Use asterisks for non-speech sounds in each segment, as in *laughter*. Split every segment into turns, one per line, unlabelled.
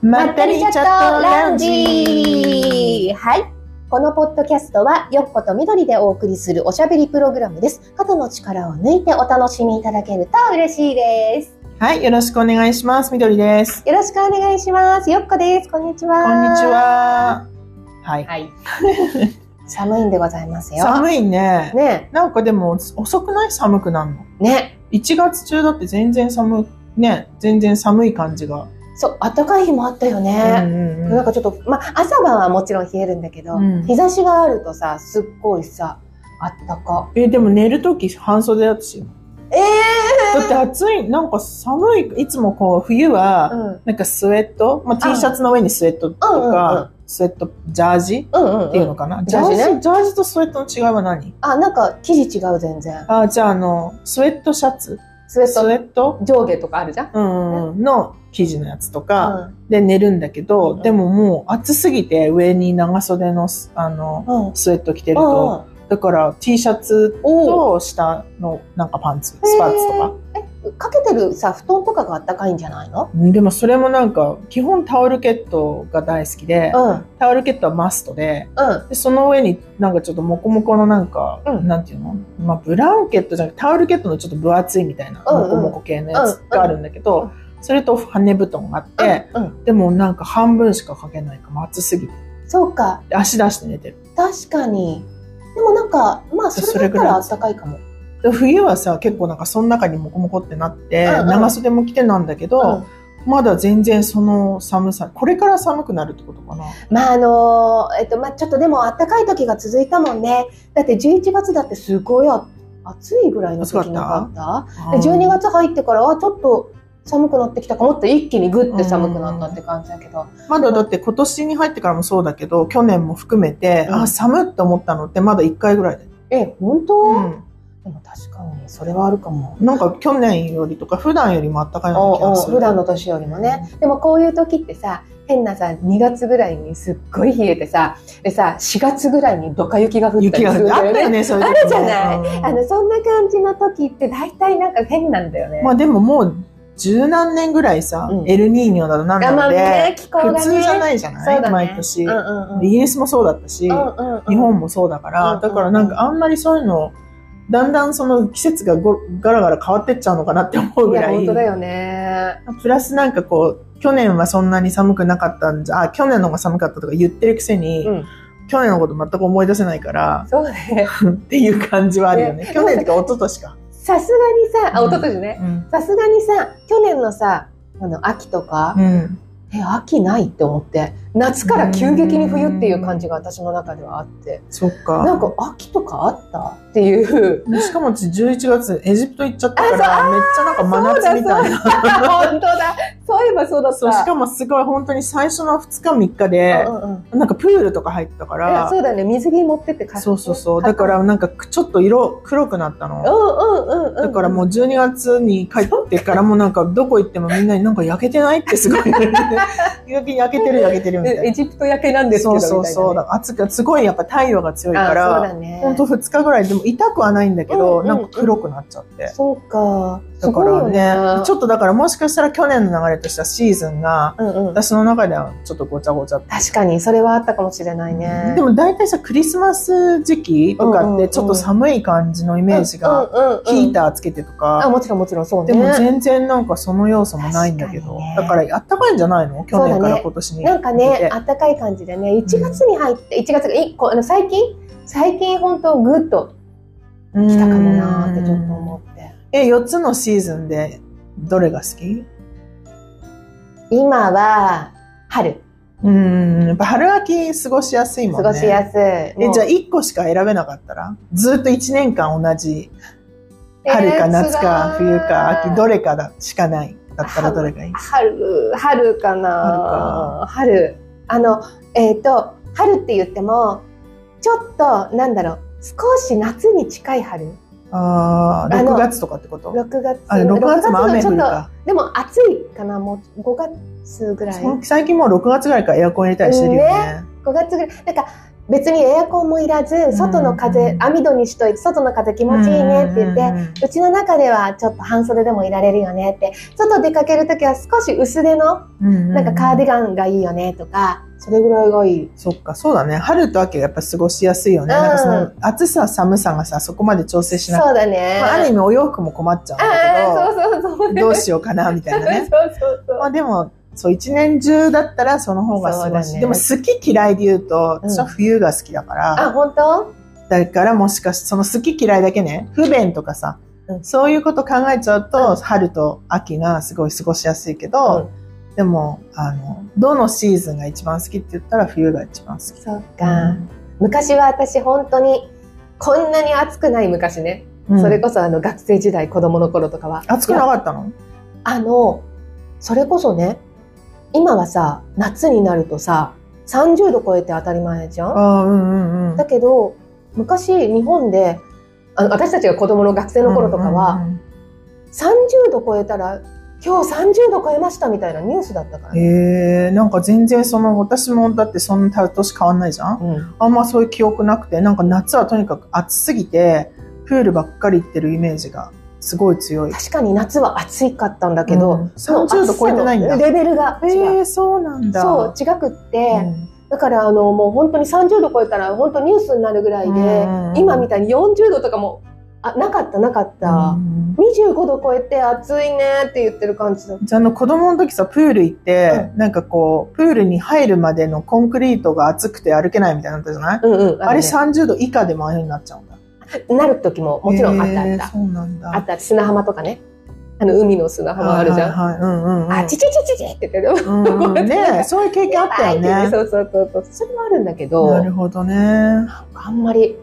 まったりチャットラウンジ
はい。このポッドキャストは、よっことみどりでお送りするおしゃべりプログラムです。肩の力を抜いてお楽しみいただけると嬉しいです。
はい、よろしくお願いします。みどりです。
よろしくお願いします。よっこです。こんにちは。
こんにち。は。はい。
はい。寒いんでございますよ。
寒いね。
ね
なんかでも、遅くない寒くなるの。
え、ね
1月中だって全然寒い、ね、全然寒い感じが。
え、そう、暖かい日もあったよね。
ん
なんかちょっと、まあ、朝晩はもちろん冷えるんだけど、
うん
日差しがあるとさ、すっごいさ、あったか。
え、でも寝るとき半袖だったし。
え
だって暑い、なんか寒い、いつもこう冬は、
ー、うん。
なんかスウェット、まあ、T シャツの上にスウェットとか、
うんうんうん
スウェット、ジャージ
うんうん、うん。
っていうのかな、ジ
ジ
ャ
ャ
ー
ー
ジ
ジね
ジャージとスウェットの違いは何
あ、なんか生地違う全然。
あじゃああの、スウェットシャツ
スウェッ
スウ
ト
ェット
上下とかあるじゃん。
うんうん、の生地のやつとか、
う
で寝るんだけど、
うん
でももう暑すぎて上に長袖のスあの
ん。うん。
スウェット着てると、だから T シャツと下のなんかパンツ、スパーツとか。
え、かけてるさ、布団とかがあったかいんじゃないの
うんでもそれもなんか基本タオルケットが大好きで、
うん。うん。
タオルケットはマストで、
あ
でその上になんかちょっとモコモコのなんか、
うん
なんていうの、まあ、ブランケットじゃなくてタオルケットのちょっと分厚いみたいな、
うんう
モ
ん
コモコ系のやつがあるんだけど、
うんう
それと羽布団があって、
うん。
でもなんか半分しかかけないから暑すぎて
そうか。
で足出して寝てる
確かに。でもなんか、まあ、それだったらあったかいかも。
で冬はさ結構なんかその中にモコモコってなって、
うんうん
長袖も着てなんだけど、
うん
まだ全然その寒さこれから寒くなるってことかな
まあ、あのーえっと、まあ、ちょっとでもあったかい時が続いたもんね。だって11月だってすごいあ暑いぐらいの時なかったで12月入ってからはちょっと寒くなってきたかもって一気にグッて寒くなったって感じだけど、
まだだって今年に入ってからもそうだけど去年も含めて、
うん
あ寒って思ったのってまだ1回ぐらいだよ
え本当、
うん、
でも確かにそれはあるかも。
なんか去年よりとか普段よりもあったかいような気
おう
が
おう
する
普段の年よりもね、でもこういう時ってさ変なさ2月ぐらいにすっごい冷えてさでさ4月ぐらいにドカ雪が降った
雪
り
が
す
降
る
っ
ん
てあっ
だよ
たよ
ね。
ねそういう
あ
時
るじゃない、
うん
あのそんな感じの時って大体なんか変なんだよね。
まあでももう十何年ぐらいさ、
うん
エルニーニョだのなんだので、
気候が
普
ね
通じゃないじゃない、
そうだね
毎年、
うんうんうん
イギリスもそうだったし、
うんうんうん
日本もそうだから、
うん
だからなんかあんまりそういうのだんだんその季節がごガラガラ変わってっちゃうのかなって思う
い
ぐ
や
らい
本当だよね。
プラスなんかこう、去年はそんなに寒くなかったんじゃ、あ、去年の方が寒かったとか言ってるくせに、
うん
去年のこと全く思い出せないから、
そうね。
っていう感じはあるよね。
ね
去年ってか一昨年か。
さすがにさあ
うん
一昨年ね。
うん。
さすがにさ去年のさあの秋とか、
うん。
え秋ないって思って夏から急激に冬っていう感じが私の中ではあって
そっか。
なんか秋とかあったっていう
しかもうち11月、エジプト行っちゃったか
あ
ら、めっちゃなんか真夏みたいな。 *laughs*
本当だそういえばそうだった
そう、しかもすごい本当に最初の2日3日で
う、んうんうん
なんかプールとか入ったか
いや
ら
そ、うだよね水着持ってって買っ
そうそうそう。だからなんかちょっと色黒くなったの。
うんうんうんうん
だからもう12月に帰ってからもなんかどこ行ってもみんなになんか焼けてないって
*laughs*
すごい言われて焼け焼けてる焼けてるみた
えエ
い
ジプト焼けなんで
な。
すけど
そう
みたいな
そうそう。だ
ね
から暑く、すごいやっぱ太陽が強いか
あそう
ら、
だね
ほんと2日ぐらいでも痛くはないんだけど、
うんうん
なんか黒くなっちゃって。
そうか
だからね、ち
ょっ
ょっとだからもしかしたら去年の流れとしたシーズンが、
と、うんうん、
私の中ではちょっとごちゃごちゃ。
確かにそれはあったかもしれないね
でも大体さ、クリスマス時期とか
う
っ
んうんう
て
ん
ちょっと寒い感じのイ
イ
メージが、ヒ
聞
ーターつけてとか、
あもちろんもちろんそうね
でも全然なんかその要素もないんだけ
確
ど、
かにね
だからあったかいんじゃないの去年
そう
から
だね
今年に。
なんか
見
ね
て、
あったかい感じでね、1月に入って、1月が、いこあの最近最近本当グッと
うん
来たかもなーってちょっと思って。
え、4つのシーズンでどれが好き
今は、春、
うん、やっぱ春秋過ごしやすいも
過
んね。
ごしやすい。
え、じゃあ
あ、
1個しか選べなかったらずっと1年間同じ春か夏か冬か秋ど
れ
れかだしかない。だったらどれがいい
春、春かな春あの、えっ、と、春って言っても、ちょっと、なんだろう、少し夏に近い春。
ああ、
あの
6月とかってこと
6月。
あ、6月も雨
ち
降
ょ
る
っと
か。
でも暑いかな、もう5月ぐらい。
そ最近もう6月ぐらいからエアコン入れたりしてるよね。
5月ぐらい。なんか、別にエアコンもいらず、外の風、
うん
網戸にしといて、外の風気持ちいいねって言って、
て。
うちの中ではちょっと半袖でもいられるよねって、外出かけるときは少し薄手の
な
なんかカーディガンがいいよねとか、それぐらいがいい。
そっか、そうだね。春と秋がやっぱ過ごしやすいよね。
うん
なんかその暑さ、寒さがさ、そこまで調整しなくて。
そうだね。
まあ、ある意味お洋服も困っちゃうんだ
ああ、そうそう *laughs* そう。
けど、どうしようかな、みたいなね。
そうそうそう。
まあでも、そう、一年中だったらその方が過ご
そう
し、
だね
でも好き嫌いで言うと、
うん
私は冬が好きだから、
あ、本当
だからもしかしてその好き嫌いだけね、不便とかさ、
うん
そういうこと考えちゃうと、
うん
春と秋がすごい過ごしやすいけど、でも、あの、どのシーズンが一番好きって言ったら冬が一番好き。
そっか。昔は私本当に、こんなに暑くない昔ね。
うん
それこそあの学生時代、子供の頃とかは。
暑くなかったの
あの、それこそね、今はさ、夏になるとさ、30度超えて当たり前じゃん
ああ、うんうんうん。
だけど昔日本であの私たちが子供の学生の頃とかは、
うん
30度超えたら今日30度超えましたみたいなニュースだったから
うんうん。
ね。
へえ、なんか全然その、私もだってそんな年変わんないじゃん
うん
あんまそういう記憶なくて、なんか夏はとにかく暑すぎて、プールばっかり行ってるイメージがすごい強い。
確かに夏は暑いかったんだけど、
うん30度超えてないんだ
その暑さのレベルが
へ
違う。
え、そうなんだ。
そう違くって、
うん
だからあのもう本当に30度超えたら本当ニュースになるぐらいで、
うん
今みたいに40度とかもあなかったなかった、
うん
25度超えて暑いねって言ってる感じだった
じゃああの子供の時さ、プール行って、なんかこう、プールに入るまでのコンクリートが暑くて歩けないみたいになったじゃない、
うんうん
あれ
ね
30度以下でもああいう風になっちゃうんだ。
なる時ももちろんあった
へ
あっ
え
た、
そうなんだ。
あった砂浜とかね。あの、海の砂浜あるじゃん。
はいはいはいうんうんうん、
あ、ちちちちちって言ってる。
うんうん
なん
ね
か
そういう経験あったよ
やばいって
ね。
そうそうそうそう。それもあるんだけど、
なるほどね。
あんまり、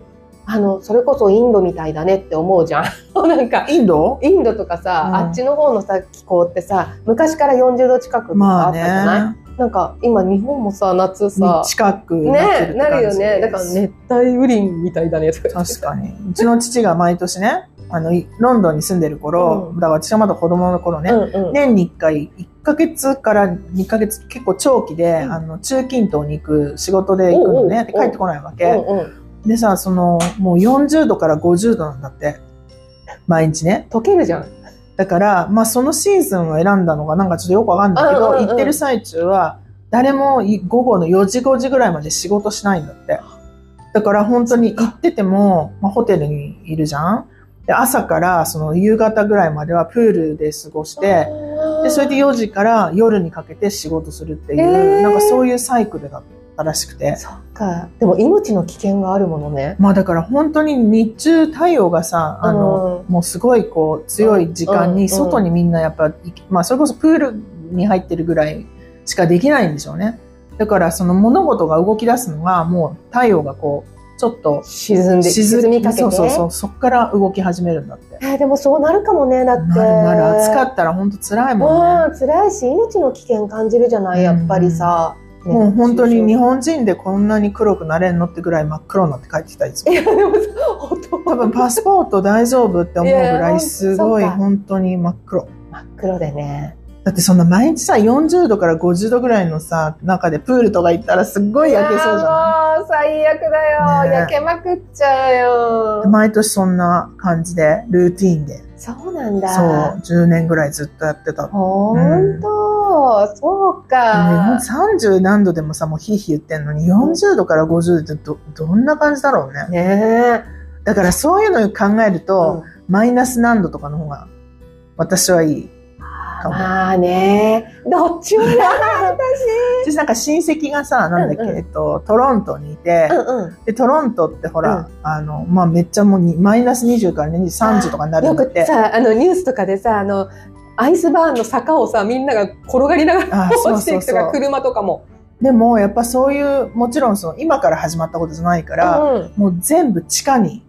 あの、それこそインドみたいだねって思うじゃん。 *laughs* なんか、
インド
インドとかさ、
うん
あっちの方のさ、気候ってさ、昔から40度近くとか
ま
あ
あ
ったじゃない、
ね。
なんか、今日本もさ、夏さ、
近くになって
ね
る、って
な
感
る
じ
よね。だから熱帯雨林みたいだねとか言って
確かに。うちの父が毎年ね、あの、いロンドンに住んでる頃、
うん
だから私はまだ子供の頃ね、
うんうん。
年に1回、1ヶ月から2ヶ月、結構長期で、
うん
あの、中近東に行く仕事で行くの
おうおう
ね、で帰ってこないわ
う
け。
んうん。
でさ、その、もう40度から50度なんだって。毎日ね。
溶けるじゃん。
だから、まあ、そのシーズンを選んだのがなんかちょっとよくわかんないけど、
うんうんうん
行ってる最中は、誰もい午後の4時5時ぐらいまで仕事しないんだって。だから本当に行ってても、まあ、ホテルにいるじゃんで、朝からその夕方ぐらいまではプールで過ごして、で、それで4時から夜にかけて仕事するっていう、
へー
なんかそういうサイクルだったらしくて。
そっか。でも命の危険があるものね。
まあだから本当に日中太陽がさ、あの、もうすごいこう強い時間
うん
に外にみんなやっぱ、行きまあそれこそプールに入ってるぐらいしかできないんでしょうね。だからその物事が動き出すのがもう太陽がこうちょっと
沈んで、沈みかけて。
そうそうそう、そっから動き始めるんだって。
えーでもそうなるかもね、だって。
なるなる暑かったら本当辛いもんね。
うん、辛いし、命の危険感じるじゃない、やっぱりさ。ね
もう本当に日。本人でこんなに黒くなれんのってぐらい真っ黒になって帰ってきたいつも
い。や、でも、本当
多分パスポート大丈夫って思うぐらいすごい
いや
本当に真っ黒。
真っ黒でね。
だってそんな毎日さ、40度から50度ぐらいのさ、中でプールとか行ったらすっごい焼けそうじゃ
いやーもう最悪だよ、
ね
焼けまくっちゃう
ない
よ。
毎年そんな感じで、ルーティーンで。
そうなん
そう、
だ。
10年ぐらいずっとやってた。
本当、そうか。
30何度でもさ、もうヒーヒー言ってんのに、40度から50度ってど、どんな感じだろうね。
ね
だからそういうのを考える
え。
と、マイナス何度とかの方が、私はいいかも。
まあね、どっちもだ。
私なんか親戚がさ、なんだっけ、
うんうん
えっと、トロントにいて、
うんうん。
で、トロントってほら、あの、まあ、めっちゃもうに、マイナス20から23時とかになる
よ
んだっ
く
て。
さあのニュースとかでさあのアイスバーンの坂をさみんなが転がりながら *laughs*
あそう
落ち
そ
ていうくと
そ
か
う。
車とかも、
でも、やっぱそういう、もちろんその、今から始まったことじゃないから、
うん、
もう全部地下に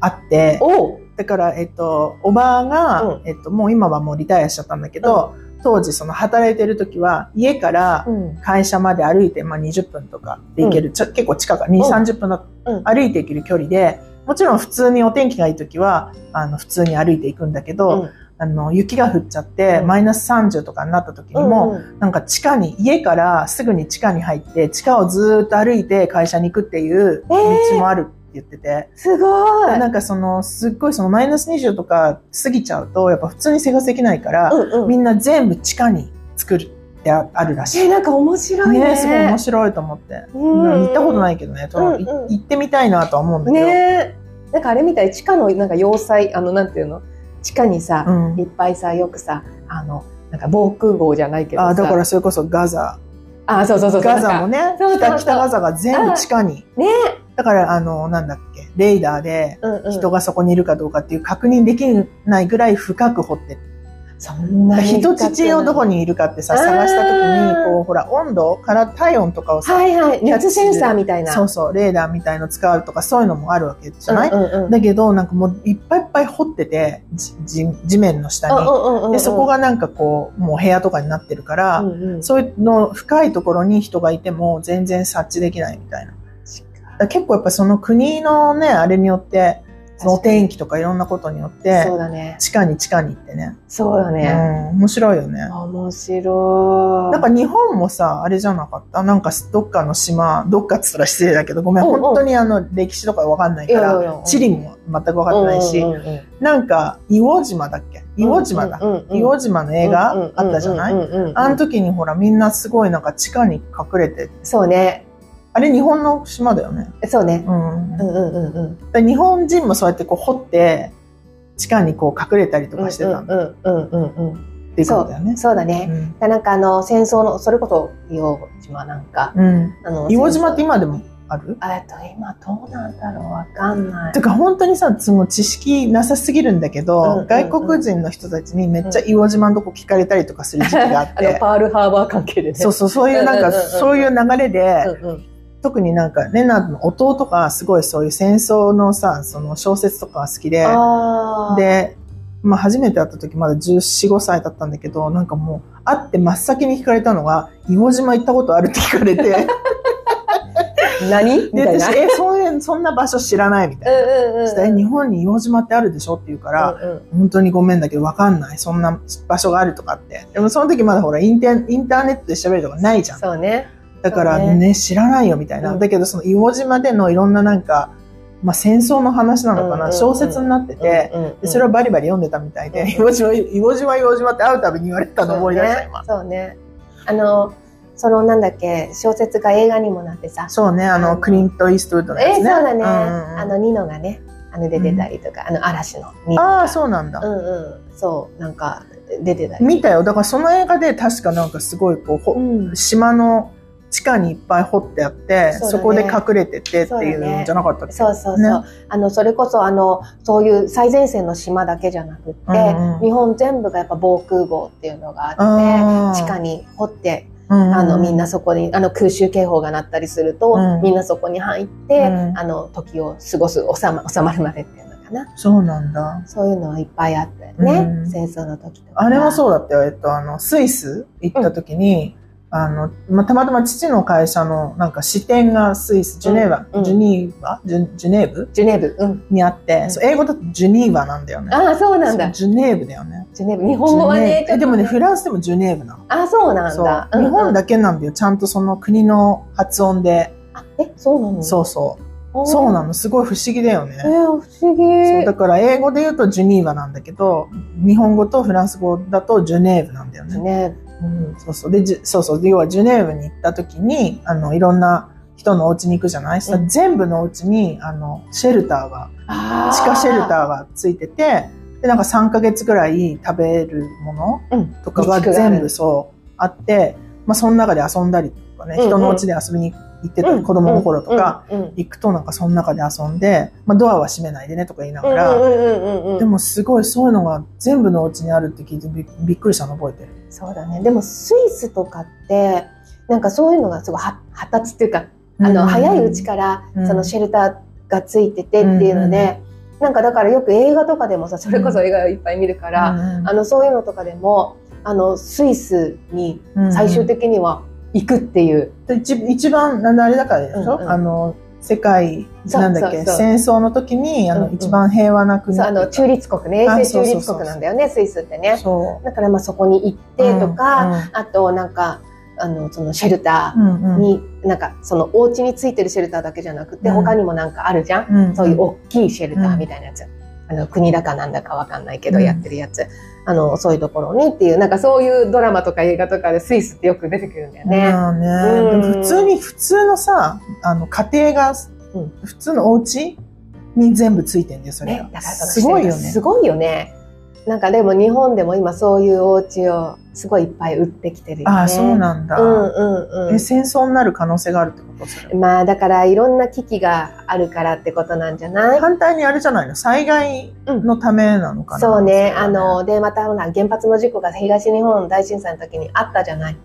あって、
おう
だから、えっと、おばあが、
うん
えっと、もう今はもうリタイアしちゃったんだけど、当時その働いてる時は、家から
うん
会社まで歩いて、まあ、20分とかで行ける、ちょ結構近く、
ん
2、30分だ、
うん
歩いて行ける距離で、もちろん普通にお天気がいい時は、あの、普通に歩いて行くんだけど、
うん
あの、雪が降っちゃって、
うん
マイナス30とかになった時にも、なんか地下に、家からすぐに地下に入って、地下をずーっと歩いて会社に行くっていう道もあるって言ってて。
すごい。
なんかその、すっごいそのマイナス20とか過ぎちゃうと、やっぱ普通に生活できないから、
うんうん
みんな全部地下に作るってああるらしい。
えなんか面白いね。
ねすごい面白いと思って。
うん
うん行ったことないけどね、と
うんうん
い行ってみたいなとは思うんだけど。
ねえなんかあれみたい地下のなんか要塞あのなんていうの地下にさ、
うん
いっぱいさよくさあのなんか防空壕じゃないけどさ
あだからそれこそガザ。
あそうそうそうそう
ガザもね、
そうそうそ
北
う
北ガザが全部地下に。
ね
だから、あの、なんだっけ、レーダーで
なんかうんうん
人がそこにいるかどうかっていう確認できないぐらい深く掘ってる
そんなに
人質をどこにいるかってさ、探した時
あー
に、こう、ほら、温度から体温とかをさ、
はいはい熱センサーみたいな
そうそう、レーダーみたいの使うとか、そういうのもあるわけじゃない、
うんうんうん
だけど、なんかもういっぱいいっぱい掘ってて、じ地地面の下
う
に。
んうんうんうん
で、そこがなんかこう、もう部屋とかになってるから、
うんうん
そういうの深いところに人がいても全然察知できないみたいな。だから結構やっぱその国のね、あれによって、そのお天気とかいろんなことによって
そう、だね
地下に地下に行ってね。
そうだ
う
ね、
ん、面白いよね。
面白い
なんか日本もさ、あれじゃなかったなんかどっかの島、どっかっつったら失礼だけど、ごめん、
うんうん
本当にあの歴史とかわかんない
い
か
やいやい
ら、
や
地理も全くわかってないし、
うんうんうん
なんか、硫黄島だっけ硫黄島だ。
うんうんうん
硫黄島の映画あったじゃな
うん
い
うんうんうん
あの時にほらみんなすごいなんか地下に隠れて、
そうね
あれ日本の島だよね。
そうね
うん。
うんうんうんうん
で日本人もそうやってこう掘って、地下にこう隠れたりとかしてたんだ
うんうんうんうんうん
っていうことだよね。
そうだ
う
ね、
ん。
なんかあの戦争のそれこそ硫黄島なんか
うん。
あの
硫黄島って今でもある
あえっと今どうなんだろうわかんない
てか本当にさ、その知識なさすぎるんだけど、
うんうんうん
外国人の人たちにめっちゃ硫黄島のとこ聞かれたりとかする時期があっ
*laughs* あの
て、
パールハーバー関係でね
そうそう、そういうなんか、
うんうんうんうん
そういう流れで、
うんうん
特になんか、レナードの弟がすごいそういう戦争のさ、その小説とかが好きで、
あー
で、まあ初めて会った時まだ14、5歳だったんだけど、なんかもう、会って真っ先に聞かれたのが、硫黄島行ったことあるって聞か
*laughs*
れて、
何み
で、
たいな
私、え、そういう、そんな場所知らないみたいな。
うんうんうん
そしたらえ日本に硫黄島ってあるでしょって言うから、
うんうん
本当にごめんだけど、わかんない。そんな場所があるとかって。でもその時まだほら、インテンインターネットで喋るとかないじゃん。
そうね
だから
そう
ね、知らないよみたいな。
うん
だけど、その硫黄島でのいろんななんか、まあ戦争の話なのかな、
うんうんうん
小説になってて、
うんうんうん
でそれをバリバリ読んでたみたいで、
うん
硫黄島、硫黄島、硫黄島って会うたびに言われてたの思い出した、今。
そうねそうねあのそのなんだっけ小説が映画にもなってさ
そうね、あ
あ
の、
の
クリント・イーストウッドの
え
やつ
そう
ね。
だね、
うんうん
あのニノがねあの出てたりとか、あの嵐のニノ
ああ、そうなんだ。
うんうんそうなんか出てたり
見たよ。だからその映画で確かなんかすごいこう、ほ
うん
島の地下にいっぱい掘ってあって、
そうだ
そ
ね
こで隠れててっていうのじゃなかったっけ
そうそうそう、
ね
あのそれこそあのそういう最前線の島だけじゃなくって、
うんうん
日本全部がやっぱ防空壕っていうのがあって
あー
地下に掘って
うんうん
あのみんなそこにあの空襲警報が鳴ったりすると、
うん
みんなそこに入って、
うん
あの時を過ごす収ま収まるまでっていうのかな
そうなんだ。
そういうのはいっぱいあってね、
うん
戦争の時とか
あれもそうだったよ。えっと、あの、スイス行った時に、あの、まあ、たまたま父の会社のなんか支店がスイス、ジュネーバ、
うん
ジュニーバジュジュネーブ
ジュネーブうん
にあって、
ん
そう英語だとジュニーバなんだよね。
ああそうなんだ
そうジュネーブだよね。
ジュネーブ日本語は
ジュネー
ね
ブえでもね、
ちょっと
フランスでもジュネーブなの。
あそうなん
そ
だ
う。日本
だ
だけなんだよ。ちゃんとその国の発音で。
えそうなの
そうそう。
あー
そうなの。すごい不思議だよ
えー
ね。
不思
そう
議
だから英語で言うとジュニーバなんだけど、日本語とフランス語だとジュネーブなんだよね。
ね
そうそう。で、じゅそうそう。で要はジュネーブに行った時に、あの、いろんな人のお家に行くじゃない、そしたら全部のお家に、あの、シェルターが、
あ
地下シェルターがついてて、で、なんか3ヶ月ぐらい食べるも
ー、うん
の、とかが全部そう、あって、まあ、その中で遊んだりとかね、
うんうん
人のお家で遊びに行ってた、
うん
子供の頃とか、、
うんうん
行くとなんかその中で遊んで、まあ、ドアは閉めないでねとか言いな
う
が
ん
ら、
うんうんうんうんうん
でもすごいそういうのが全部のお家にあるって聞いてびびっくりしたの覚えてる。
そうだねでもスイスとかってなんかそういうのがすごいは発達っていうかあの、
ん
早いうちから
うん
そのシェルターがついててっていうので、なんかだからよく映画とかでもさそれこそ映画をいっぱい見るから、あのそういうのとかでもあのスイスに
うん
最終的には行くっていう、
で一一番なんだあれだからでしょ、
うんうん
あの世界、
そう
なんだっけ、
そうそう
戦争の時に、あ
うん
の、
うん
一番平和な国
そうあの中立国ね
あ
永
そ
世
う
中
そう
立
そう
国なんだよねスイスってね
そ
だからまあそこに行っ
う。
てとか、
うん、
あとなんかあのそのシェルタ
うんう
ー
ん
に、なんかそのお家についてるシェルターだけじゃなくて、
うん
他にもなんかあるじゃん、
うん
そういう大きいシェルターみたいなやつ、あの国だかなんだかわかんないけど
うん
やってるやつ、あのそういうところにっていうなんかそういうドラマとか映画とかでスイスってよく出てくるんだよね。
まあね
うん
でも普通に普通のさあの家庭が、
うん
普通のお家に全部ついてんだよそれ
ね
が、
だからその
すごいよね
すごいよね。なんかでも日本でも今そういうお家をすごいいっぱい売ってきてるよね。
ああそうなんだ、
うんうんう
え
ん。
戦争になる可能性があるってことそれ
まあだからいろんな危機があるからってことなんじゃない
反対にあれじゃないの災害のためなのかな、
そうね。
れは
あの、で、またほら、原発の事故が東日本大震災の時にあったじゃない。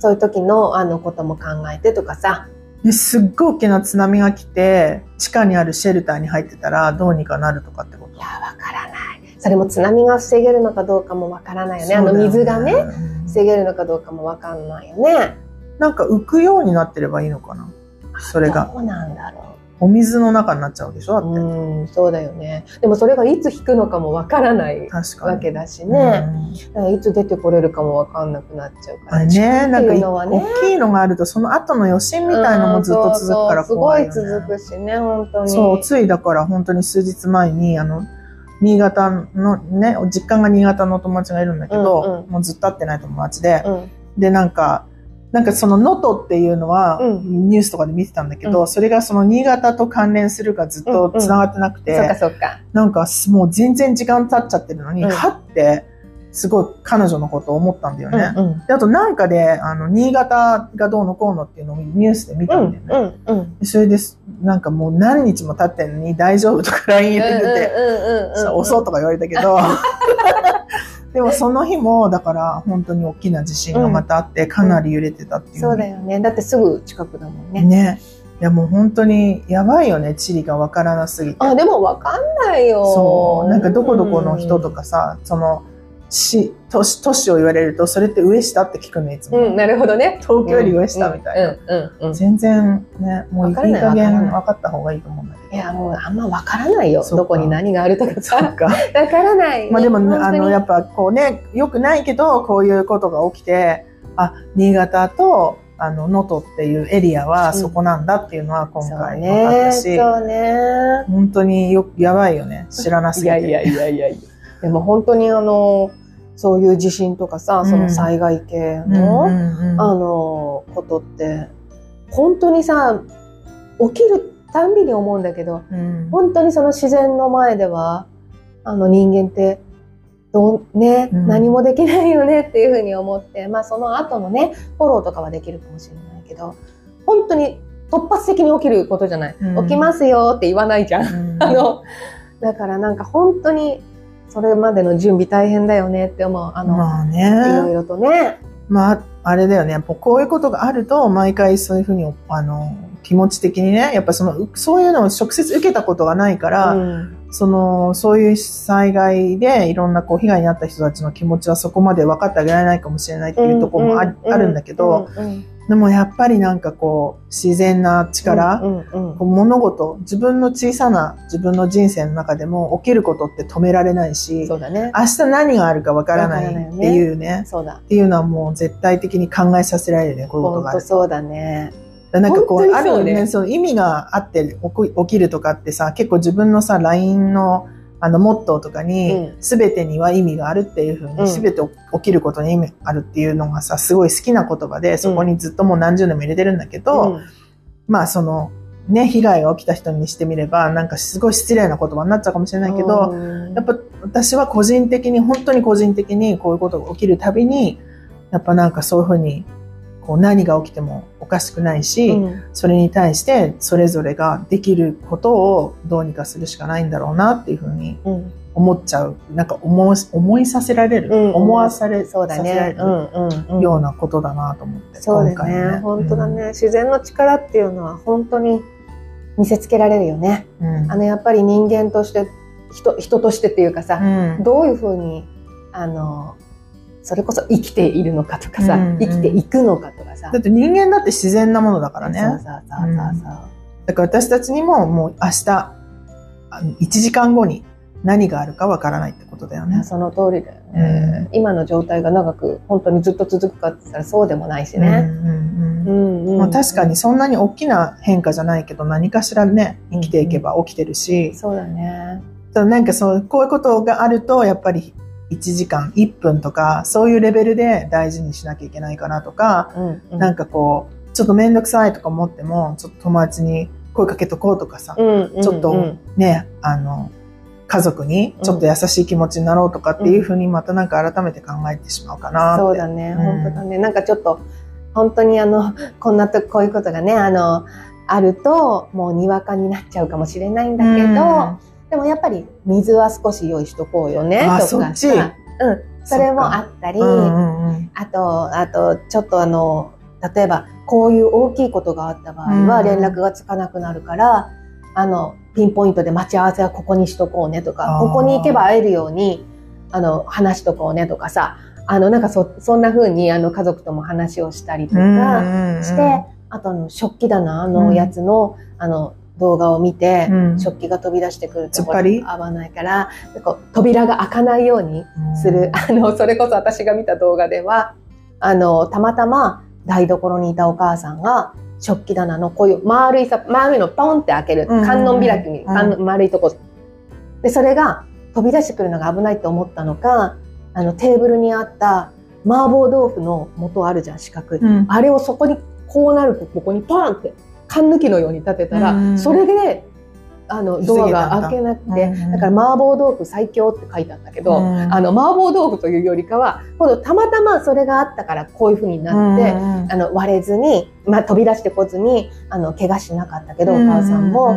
そういう時の、あの、ことも考えてとかさ。
ねすっごい大きな津波が来て地下にあるシェルターに入ってたらどうにかなるとかってこ
い
と
や、わからない。それも津波が防げるのかどうかもわからないよね。あの、水がね、
うん
防げるのかどうかもわかんないよね。
なんか浮くようになってればいいのかなそれが
どうなんだろ
お水の中になっちゃうでしょだ
う。
って、
うん、そうだよね。でもそれがいつ引くのかもわからない
確か
わ
に
けだし
ね
ね。だからいつ出てこれるかもわかんなくなっちゃうか
あ
ら。
れね、なん
って
か
いう
一
の
個
はね
大きいのがあると、その後の余震みたいのもずっと続くから怖いよ、ね
うんそうそうすごい続くしね、本当に。
そう、ついだから本当に数日前に、あの、新潟のね、実家が新潟のお友達がいるんだけど、
うんうん
もうずっと会ってない友達で、
うん。
で、なんか、なんかその能登っていうのは、
うん
ニュースとかで見てたんだけど、
うん
それがその新潟と関連するかずっと繋がってなくて、
そっかそっか。
なんかすもう全然時間経っちゃってるのに、
うん
はって、すごい彼女のことを思ったんだよね。
うんうん
であとなんかで、あの、新潟がどうのこうのっていうのをニュースで見たんだよね。
うんうん。
それです、なんかもう何日も経ってんのに大丈夫とか LINE 入れてて、そう遅うとか言われたけど、 *laughs* でもその日も、だから本当に大きな地震がまたあって、かなり揺れてたっていう。
そうだよね。だってすぐ近くだもんね。
ね。いやもう本当にやばいよね、地理がわからなすぎて。
あ、でもわかんないよ。
そう。なんかどこどこの人とかさ、その、市、都市、都市を言われると、それって上下って聞くのいつ
う
も。
ん。うん、なるほどね。
東京より上下みたいな。
うんうんうん。
全然ね、もういい
わからない
加
わから
減
な
分
い
かった方がいいと思うんだけど。
いや、もうあんまわからないよ。
そっか
どこに何があるとか
そ
さ。
うか。
わからない。
まあでも、あの、や
っ
っぱこうね、良くないけど、こういうことが起きて、あ、新潟と、あの、能登っていうエリアはそこなんだっていうのは今回分かったし、
そうね。
本当によ、やばいよね。知らなすぎ
い
て。
やいやいやいやいや。でも本当にあの、そういう地震とかさ、その災害系
うん
の、
うんうん
あのことって本当にさ起きるたんびに思うんだけど
うん
本当にその自然の前ではあの人間ってどうね、
うん
何もできないよねっていうふうに思って、まあ、その後のねフォローとかはできるかもしれないけど本当に突発的に起きることじゃない、
うん
起きますよって言わないじゃん。
うん
*laughs* あのだからなんか本当にそれまでの準備大変だよねって思うあの、
まあ
いろい
ね。
ろとね。
まあ、あれだよね。やっぱこういうことがあると、毎回そういうふうに、あの、気持ち的にね、やっぱその、うそういうのを直接受けたことがないから、
うん
その、そういう災害でいろんなこう被害に遭った人たちの気持ちはそこまで分かってあげられないかもしれないっていうところもあ,、あるんだけど、、でもやっぱりなんかこう、自然な力、こう物事、自分の小さな自分の人生の中でも起きることって止められないし、
そうだね。
明日何があるか分からな
わからない
い
よ
っ
ね
ていうね、
そうだ。
っていうのはもう絶対的に考えさせられるね、こういうこと
本
があ
当
る
そうだね。
なんかこう、
本当
あ
に
る
そう
よ
ね
ね、その意味があって起き起きるとかってさ、結構自分のさ、LINE の、あの、モットーとかに
う、
すべ、てには意味があるっていうふう
うん
に、すべて起きることに意味あるっていうのがさ、すごい好きな言葉で、そこにずっともう何十年も入れてるんだけど、
うん
まあその、ね、被害が起きた人にしてみれば、なんかすごい失礼な言葉になっちゃうかもしれないけど、
うん
やっぱ私は個人的に、本当に個人的にこういうことが起きるたびに、やっぱなんかそういうふうに、こう何が起きてもおかしくないし、
うん
それに対してそれぞれができることをどうにかするしかないんだろうなっていうふうに
うん
思っちゃう。なんか思う思いさせられる。
うん
思わされ
そうだ
させられ
ね。
る
うん
ような
な。
ことだなと思って。
そう
今
だ
回
ね。本当だね。自然の力っていうのは本当に見せつけられるよね。
うん。うん
あのやっぱり人間として人人としてっていうかさ、
うん
どういうふうにあのそれこそ生きているのかとか
う
さ
んうん、
生きていくのかとかさ
だ。って人間だって自然なものだから
そう
ね。
そうそうそうそう。
だから私たちにももう明日、あの1時間後に何があるかわからないってことだよ
いや
ね。
その通りだよね、今の状態が長く本当にずっと続くかって言ったらそうでもないしね、
うんうんう
う
ん
んうん
まあ、確かにそんなに大きな変化じゃないけど何かしらね生きていけば起きてるし、
そうだね
ただなんかそうこういうことがあるとやっぱり1時間1分とかそういうレベルで大事にしなきゃいけないかなとか、
うんうん
なんかこうちょっと面倒くさいとか思ってもちょっと友達に声かけとこうとかさ、
うんうん
ちょっと
うん
ねあの家族にちょっと優しい気持ちになろうとかっていうふうにまたなんか改めて考えてしまうかなって。
そうだね、
うん
本当だね。なんかちょっと、本当にあの、こんなと、こういうことがね、あの、あると、もうにわかになっちゃうかもしれないんだけど、でもやっぱり水は少し用意しとこうよね、と
あ
か
そ
さ。
っち
うん。それもあったり、
うん、うんうんうん
あと、あと、ちょっとあの、例えば、こういう大きいことがあった場合
う
は、
ん
連絡がつかなくなるから、あの、ピンポイントで待ち合わせはここにしとこうねとか
あ、ー
ここに行けば会えるように、あの、話しとこうねとかさ、あの、なんかそ、そんな風に、あの、家族とも話をしたりとか
うんうん
して、あとあの、食器棚の
うん
やつの、あの、動画を見て、
うん
食器が飛び出してくると
突っ張り
合わないから、こう扉が開かないように、する、 *laughs* あの、それこそ私が見た動画では、あの、たまたま台所にいたお母さんが、食器棚のこういう丸いさ、丸いのポンって開け
う
る。
んうんうん
観音開きに、
ん
観音丸いとこ。で、それが飛び出してくるのが危ないと思ったのか、あの、テーブルにあった麻婆豆腐の元あるじゃん、四角い。
うん
あれをそこに、こうなると、ここにポンって、缶抜きのように立てたら、
うんうん
それで、あの、ドアが開けなく
防げ
て、
たんだうんうん
だから麻婆豆腐最強って書いてあったけど、
うん
あの麻婆豆腐というよりかは今度たまたまそれがあったからこういうふうになって、
うんうん
あの割れずに、まあ、飛び出してこずにあの怪我しなかったけどお母さんも、
う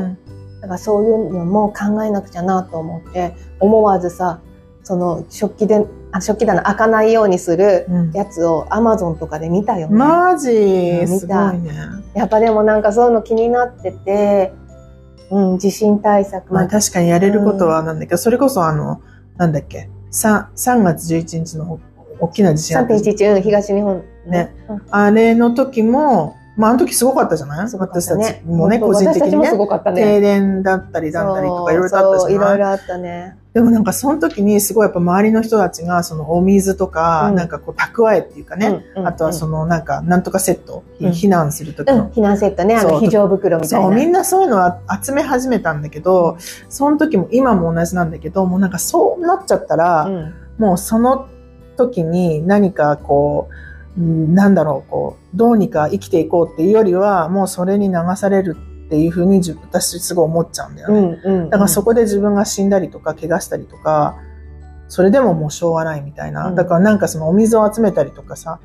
う
だからそういうのも考えなくちゃなと思って思わずさその食器であ食器棚開かないようにする
うんうん
やつをアマゾンとかで見たよね、
マジ
見た
すごいね。
やっぱでもなんかそういうの気になってて、うん、地震対策、
まあ確かにやれることはなんだけど、それこそあの、なんだっけ、3, 3月11日の大きな地震あったじゃん
3.11、うん、東日本
ね
うん
あれの時も、まああの時すごかったじゃない、
すごかっ
私
た
た
ね
ちもね、個人的
私たち
に
もす
ね。
ごかったね。
停電だったりなんだりとかいろいろとあったじゃ
そうそういろ
ない
いろあったね。
でもなんかその時にすごいやっぱ周りの人たちがそのお水とか、
うん
なんかこう蓄えっていうかね、
うんうん
あとはそのなんかなんとかセット、
うん
避難する時
うん、
の、
避難セットね、あ
そ
の、
う
非常袋みたいな。
そう、みんなそういうのは集め始めたんだけど、その時も今も同じなんだけど、もうなんかそうなっちゃったら、
うん
もうその時に何かこう、うんなんだろう、こう、どうにか生きていこうっていうよりは、もうそれに流されるっていうふうに自私すごい思っちゃうんだよ
う
ね。
ん、うん。
だからそ
こ、
こで自分が死んだりとか、怪我したりとか、それでももうしょうがないみたいな。
うん
だからなんかそのお水を集めたりとかさ、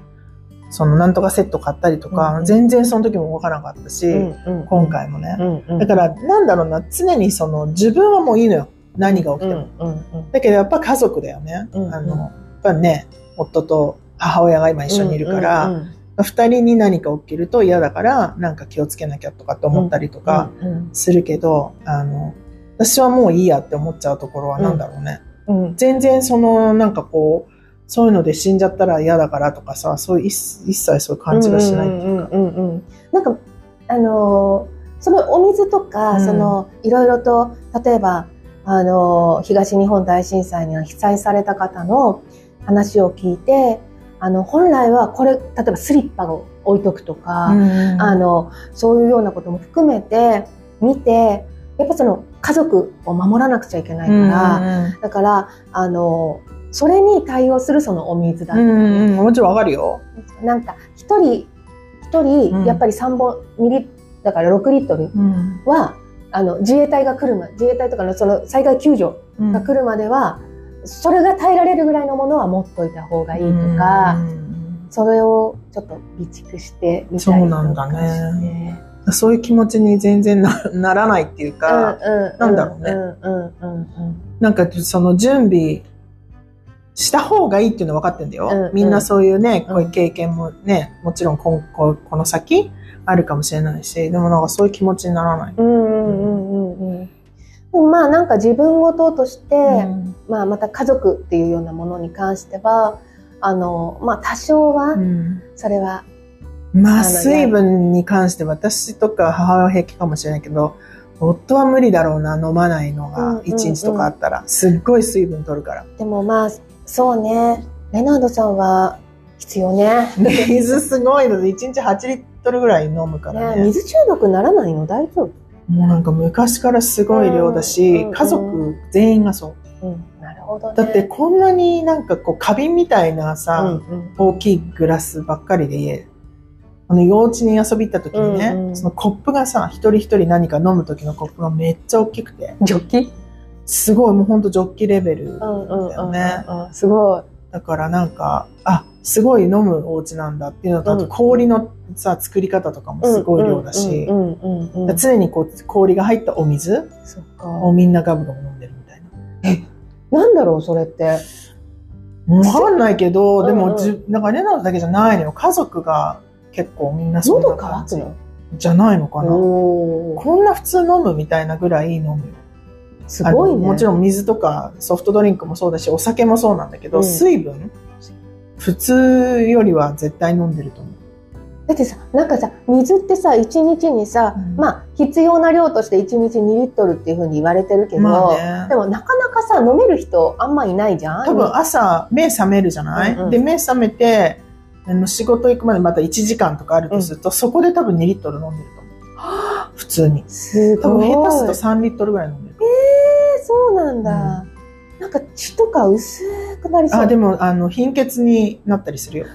そのなんとかセット買ったりとか、
うん
全然その時も動かなかったし、
うん、
今。回もね。
うん、うん。
だから、なんだろうな、常にその、自分はもういいのよ。何が起き
うん、
て
う
も。
ん、うん。
だけど、やっぱ家族だよね。
うん
あの、やっぱね、夫と母親が今一緒にいるから、
うん、うん
二人に何か起きると嫌だから、なんか気をつけなきゃとかって思ったりとか
うん、
するけど、あの、私はもういいやって思っちゃうところはなんだろうね。
うんうん。
全然その、なんかこう、そういうので死んじゃったら嫌だからとかさ、そういう一一切そういう感じがしない。
うん、うん、うんうんうん。なんか、あのー、そのお水とか、
うん
その、いろいろと、例えば、あのー、東日本大震災には被災された方の話を聞いて、あの、本来はこれ、例えばスリッパを置いとくとか、
うん
あの、そういうようなことも含めて、見て、やっぱその家族を守らなくちゃいけないから、だから、あの、それに対応するそのお水だっ
う
たり、
んうんうん、もちろんわかるよ。
なんか一人、一
うん
人、やっぱり3本、2リットル、だから6リットル
うん
は、あの、自衛隊が来るま、自衛隊とかのその災害救助が来るまでは、それが耐えられるぐらいのものは持っといた方がいいとか、
うん
それをちょっと備蓄してみたりとかして。
そうなんだねそういう気持ちに全然なならないっていうか、な
な
んだろうね
うんうんうん
なんかその準備した方がいいっていうのは分かってんだよ。
うんうん
みんなそういうね、
うん
こういう経験もね、もちろんこんここの先あるかもしれないし、でもなんかそういう気持ちにならない。
うんうんうんうんうん。でもまあなんか自分事として、
うん
まあまた家族っていうようなものに関しては、あの、まあ多少は、
うん
それは
まあ、水分に関して私とか母親は平気かもしれないけど、夫は無理だろうな、飲まないの
うんうんう
が
ん、
一日とかあったら、すっごい水分取る
*laughs*
から。
でもまあ、そうね。レナードさんは必要ね。
水すごいので、一日8リットルぐらい飲むからね。
ね水中毒ならないの大丈夫、
もうなんか昔からすごい量だ
うんうん
し
う、ん
家族全員がそう。
うん、なるほどね。
だって、こんなになんかこう、花瓶みたいな
う
さ、
んうん、
大きいグラスばっかりで、あの幼稚に遊び行った時にね、
うんうん
そのコップがさ、一人一人何か飲む時のコップがめっちゃ大きくて、
ジョッキ
すごいもうほんとジョッキレベル
う
だ
んうんうん、
よね。
うん、すごい。
だからなんか、あ、すごい飲むお家なんだっていうのと、あ
うん
と氷のさ、作り方とかもすごい量だし
う、んうんうんうんうん、
常にこう氷が入ったお水
そっ
を
か。
みんなガブガブ飲んでるみたいな。
なんだろう、それって。
わかんないけど、で
うんう
も
ん
じ、なんかレナだけじゃないのよ。家族が結構みんなん
喉
な
乾
感じ
くの
じゃないのかな。
おー
こんな普通飲むみたいなぐらい飲むよ。
すごい
あ
ね。
のもちろ
ん。
ん水とかソフトドリンクもそうだし、お酒もそうなんだけど、
うん
水分普通よりは絶対飲んでると思う。
だってさ、なんかさ、水ってさ、一日にさ、
うん
まあ、必要な量として一日2リットルっていうふうに言われてるけど、
まあね。
でもなかなかさ、飲める人あんまいないじゃん
多分朝目覚めるじゃない、
うんうん
で、目覚めて、あの仕事行くまでまた1時間とかあるとすると、そこで多分2リットル飲んでると思う。
*gasps*
普通に。
す
多
ごい。
分下手すると3リットルぐらい飲んでる。
えーそうなんだ。なんか血とか薄くなりそう。
あ、でも、あの、貧血になったりするよ。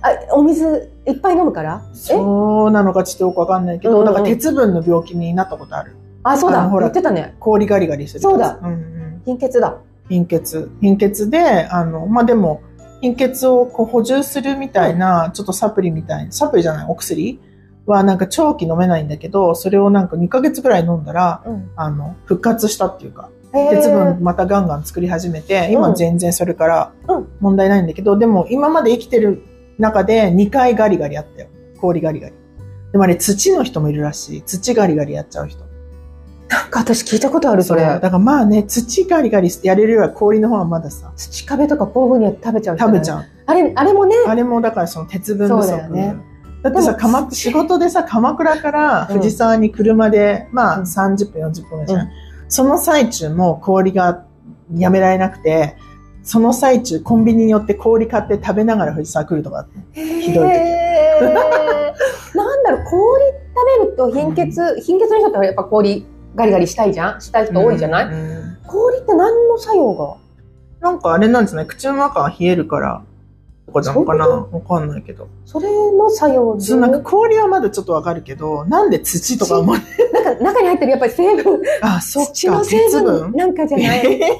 あお水いっぱい飲むからえ
そうなのかちょっとよくわかんないけど、
うんうん
なんか鉄分の病気になったことある。
あ、そう
あ
だ。
のほら
言ってたね。
氷ガリガリするやつ
そうだ
んうん、
貧血だ。
貧血貧血であのまあでも貧血をこう補充するみたいな、ちょっとサプリみたいなサプリじゃないお薬はなんか長期飲めないんだけどそれをなんか2ヶ月ぐらい飲んだら
うん。
あの復活したっていうか
へー
鉄分またガンガン作り始めて
う
今
ん
全然それから
うん
問題ないんだけど、でも今まで生きてる中で2回ガリガリあったよ氷ガリガリでもあれ土の人もいるらしい土ガリガリやっちゃう人
なんか私聞いたことある、そ
そうだ
れ。
からまあね、土ガリガリやれるよりは氷の方がまださ、
土壁とかこういうふうに食べちゃう人
食
ね
べちゃう。
あれ、あれもね、 *laughs*
あれもだからその鉄分不足。
そうだよね
だってさ、
でも
鎌仕事でさ、鎌倉から
うん
藤沢に車で、まあ
うん
30分、40分ぐらいじゃない、その最中も氷がやめられなくて、その最中コンビニに寄って氷買って食べながら藤沢来るとかあって。ひどい時
へーなんだろう、氷食べると貧血、貧血の人ってやっぱ氷ガリガリしたいじゃんしたい人多いじゃない、
うん
氷って何の作用が
なんかあれなんですね、口の中が冷えるから、とかじゃんかな
そうい
わかんないけど。
それの作用で
そうなんか氷はまだちょっとわかるけど、なんで土とかも
なんか中に入ってるやっぱり成分、
あ、そっか。
土の成
鉄
分
分
なんかじゃない。で
*laughs*
も、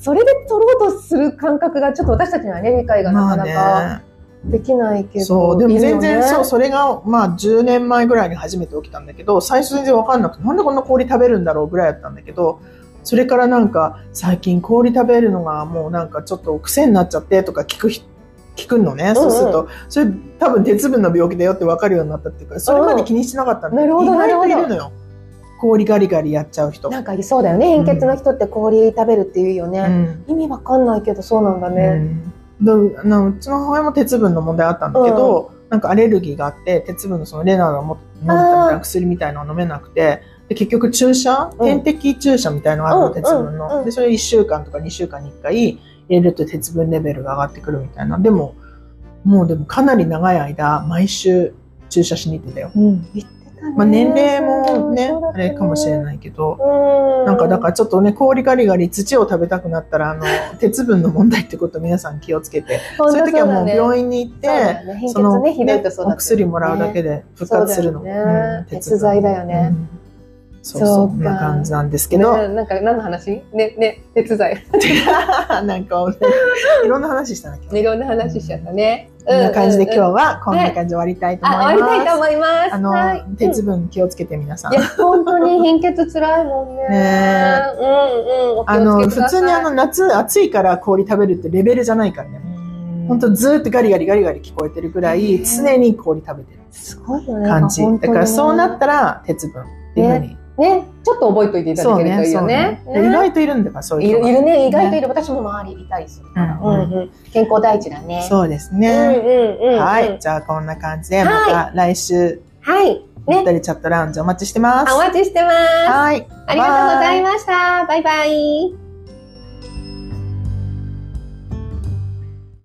それで取ろうとする感覚がちょっと私たちにはね、理解がなかなか
ね。
できないけど。
そう、でも全
いるよ
然
ね
そう、それが、まあ10年前ぐらいに初めて起きたんだけど、最初全然わかんなくて、なんでこんな氷食べるんだろうぐらいだったんだけど、それからなんか、最近氷食べるのがもうなんかちょっと癖になっちゃってとか聞くひ、聞くのね。そうすると、それ多分鉄分の病気だよってわかるようになったっていうか、それまで気にしなかったんだけ
う
ど、
ん
意
な
外
るほど
といるのよ。氷ガリガリやっちゃう人。
なんかそうだよね。貧血の人って氷食べるっていうよ
う
ね。
ん。
意味わかんないけど、そうなんだね。
うん、だあのうちの母親も鉄分の問題あったんだけど、なんかアレルギーがあって鉄分のそのレナーがも飲んでたみたいな薬みたいなの飲めなくてで結局注射
うん
点滴注射みたいなのがあるの、
うん
鉄分の、
うん
でそれ1週間とか2週間に1回入れると鉄分レベルが上がってくるみたいなでももうでもかなり長い間毎週注射しに行ってたよ、
うん。言ってたね。
まあ、年齢もね
そうだった
あれかもしれ
い。
ないけど、
うん。
なんかだからちょっとね、氷ガリガリ土を食べたくなったら、あ
*laughs*
の、鉄分の問題ってこと皆さん気をつけて、
本
そう
当
いう
だね、
時はもう病院に行っ
そうだ
て、
よね貧
そ
血
の、
ね、ひどいとそうだ
お薬もらうだけで復活するの。
そうだよね
うん
鉄剤だよね。
分うんそうそう、
そ
こ
うんか
な感じなんですけ
け
ど、
ど。ねなんか何の話ね、ね、鉄剤。
*laughs* なんか、いろんな話したんだけど、
いろんな話しちゃったね。
こんな感じで今日
は。
はこんな感じで終わりたいと思い
あ、
ます。
終わりたいと思います。
あの、
はい
鉄分気をつけて皆さん
い。や、本当に貧血つらいもんね。
ねえ
うんうん。お気
あの、
をつけく
普
ださい
通にあの、夏暑いから氷食べるってレベルじゃないからね。本当ずーっとガリガリガリガリ聞こえてるぐら
へ
い
ー
常に氷食べてる
すごいよね。
感じ。
本当
だ
にね
からそうなったら鉄分っていうふうに
ね、ちょっと覚えておいていただけるといいよね。
そうねで意外といるんだから、そう
い
いう人
る
が
いるね、意外といる。私も周りいたりするから。
うんうん
うんうん健康第一だね。
そうです
う
ね。
んうんうん。
はい。。じゃあ、こんな感じで、また来週、
はい。
ゆっ
ね。
たりチャットラウンジお待ちしてます。
あお待ちしてます。
はい。
ありがとうござい
ま
ました。バイバイ。